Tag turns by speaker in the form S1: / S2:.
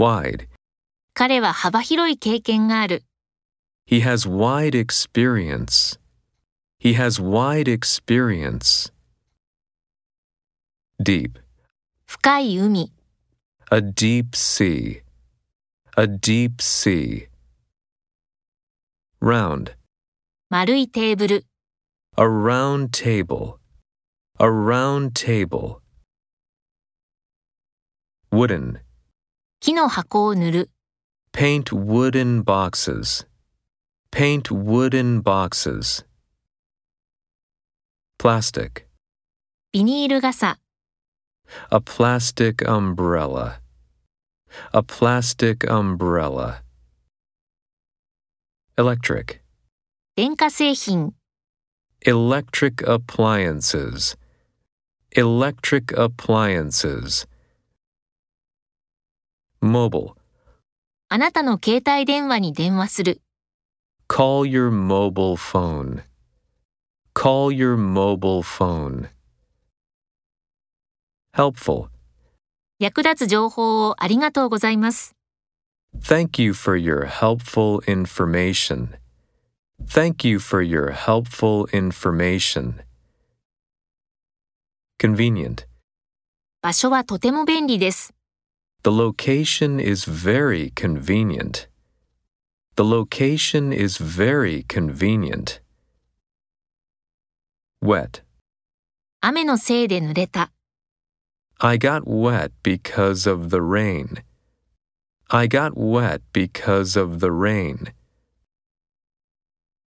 S1: wide.
S2: 彼は幅広い経験がある。
S1: He has wide experience. He has wide experience. Deep.
S2: 深い海。
S1: A deep sea. A deep sea. Round.
S2: 丸いテーブル。
S1: A round table. A round table. Wooden.
S2: 木の箱を塗る。
S1: Paint wooden boxes. Paint wooden boxes. Plastic.
S2: ビニール傘。
S1: A plastic umbrella. A plastic umbrella. Electric.
S2: 電化製品。
S1: Electric appliances. Electric appliances. Mobile.
S2: あなたの携帯電話に電話する。
S1: Call your mobile phone. Call your mobile phone. Helpful.
S2: 役立つ情報をありがとうございます。
S1: Thank you for your helpful information. Thank you for your helpful information. Convenient.
S2: 場所はとても便利です。
S1: The location is very convenient. The location is very convenient. Wet.
S2: 雨のせいで濡れた。
S1: I got wet because of the rain. I got wet because of the rain.